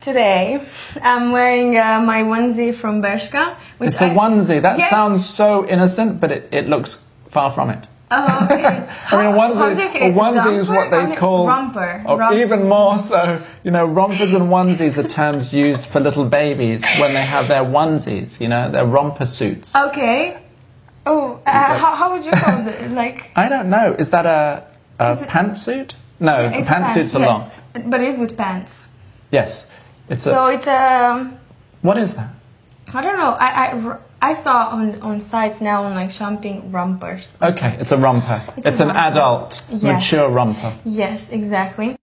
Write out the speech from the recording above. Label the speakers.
Speaker 1: today. I'm wearing uh, my onesie from Bershka. Which
Speaker 2: It's a
Speaker 1: I-
Speaker 2: onesie. That
Speaker 1: Yeah.
Speaker 2: sounds so innocent, but it, it looks far from it.
Speaker 1: Oh, okay.
Speaker 2: I mean,
Speaker 1: How-
Speaker 2: a onesie,
Speaker 1: how's it-
Speaker 2: a onesie is
Speaker 1: jumper
Speaker 2: what
Speaker 1: and
Speaker 2: they
Speaker 1: a
Speaker 2: call
Speaker 1: romper.
Speaker 2: Or
Speaker 1: romper.
Speaker 2: Even more so, you know, rompers and onesies are terms used for little babies when they have their onesies. You know, their romper suits.
Speaker 1: Um, Okay. Oh, uh, how, how would you call it? Like
Speaker 2: I don't know. Is that a, a
Speaker 1: Is it-
Speaker 2: pantsuit? No, Uh, a
Speaker 1: it's
Speaker 2: pantsuits are long.
Speaker 1: yes. but it's with pants.
Speaker 2: Yes, it's a.
Speaker 1: So it's a.
Speaker 2: What is that?
Speaker 1: I don't know. I, I r- I saw on on sites now on like shopping rompers.
Speaker 2: Okay, it's a romper. It's,
Speaker 1: It's a
Speaker 2: an
Speaker 1: romper.
Speaker 2: adult,
Speaker 1: Yes.
Speaker 2: mature romper.
Speaker 1: Yes, exactly.